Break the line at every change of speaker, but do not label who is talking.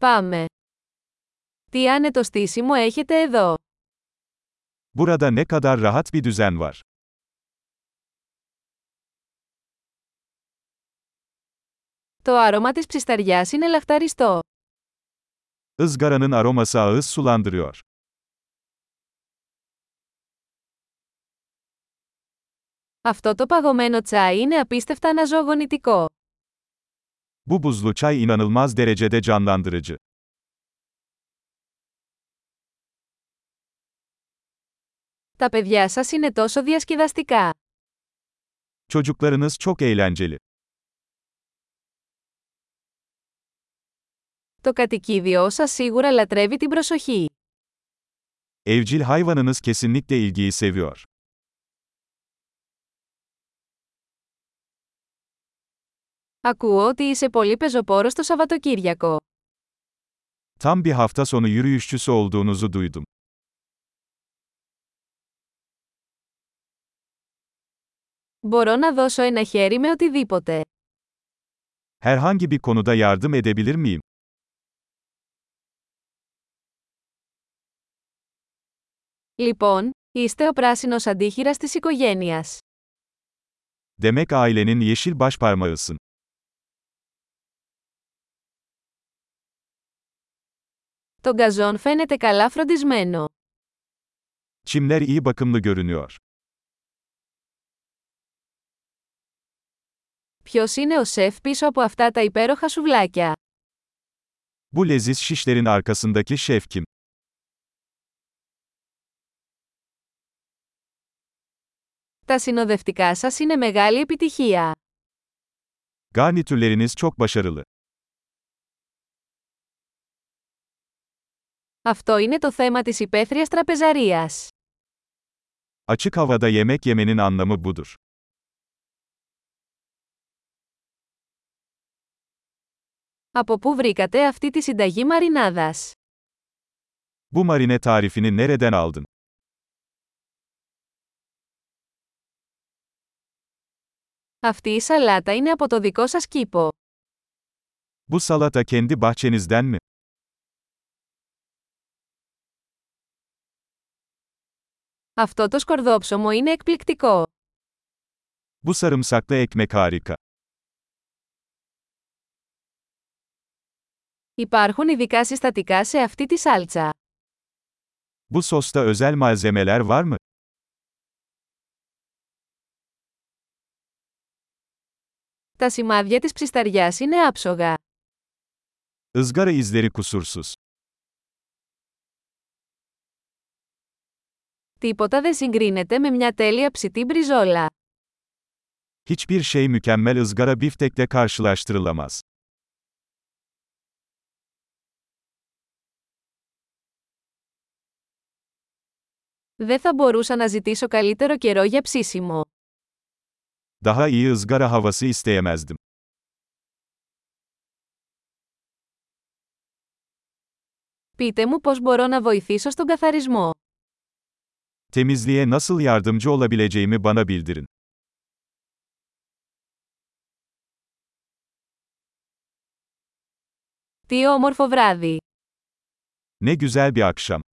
Πάμε. Τι άνετο στήσιμο έχετε εδώ.
Burada ne kadar rahat bir düzen var.
Το άρωμα της ψισταριάς είναι λαχταριστό.
Izgaranın aroması ağız sulandırıyor.
Αυτό το παγωμένο τσάι είναι απίστευτα αναζωογονητικό.
Bu buzlu çay inanılmaz derecede canlandırıcı.
Τα παιδιά σας είναι τόσο διασκεδαστικά.
Çocuklarınız çok eğlenceli.
Το κατοικίδιό σας σίγουρα λατρεύει την προσοχή.
Evcil hayvanınız kesinlikle ilgiyi seviyor.
Ακούω ότι είσαι πολύ πεζοπόρος το Σαββατοκύριακο.
Tam bir hafta sonu yürüyüşçüsü olduğunuzu duydum.
Μπορώ να δώσω ένα χέρι με οτιδήποτε.
Herhangi bir konuda yardım edebilir miyim?
Λοιπόν, είστε ο πράσινος αντίχειρας της οικογένειας.
Demek ailenin yeşil başparmağısın.
Το γκαζόν φαίνεται καλά φροντισμένο.
Çimler iyi bakımlı görünüyor.
Ποιος είναι ο σεφ πίσω από αυτά τα υπέροχα σουβλάκια.
Bu leziz şişlerin arkasındaki şef kim?
Τα συνοδευτικά σας είναι μεγάλη επιτυχία.
Garnitürleriniz çok başarılı.
Αυτό είναι το θέμα της υπαίθριας τραπεζαρίας.
Açık havada yemek yemenin anlamı budur.
Από πού βρήκατε αυτή τη συνταγή μαρινάδας.
Bu marine tarifini nereden aldın?
Αυτή η σαλάτα είναι από το δικό σας κήπο.
Bu salata kendi bahçenizden mi?
Αυτό το σκορδόψωμο είναι εκπληκτικό.
Bu sarımsaklı ekmek harika.
Υπάρχουν ειδικά συστατικά σε αυτή τη σάλτσα.
Bu sosta özel malzemeler var mı?
Τα σημάδια της ψισταριάς είναι άψογα.
Izgara izleri kusursuz.
Τίποτα δεν συγκρίνεται με μια τέλεια ψητή μπριζόλα.
Hiçbir şey mükemmel ızgara biftekle karşılaştırılamaz.
Δεν θα μπορούσα να ζητήσω καλύτερο καιρό για ψήσιμο.
Daha iyi ızgara havası isteyemezdim.
Πείτε μου πώς μπορώ να βοηθήσω στον καθαρισμό.
Temizliğe nasıl yardımcı olabileceğimi bana bildirin.
Τι όμορφο βράδυ!
Ne güzel bir akşam.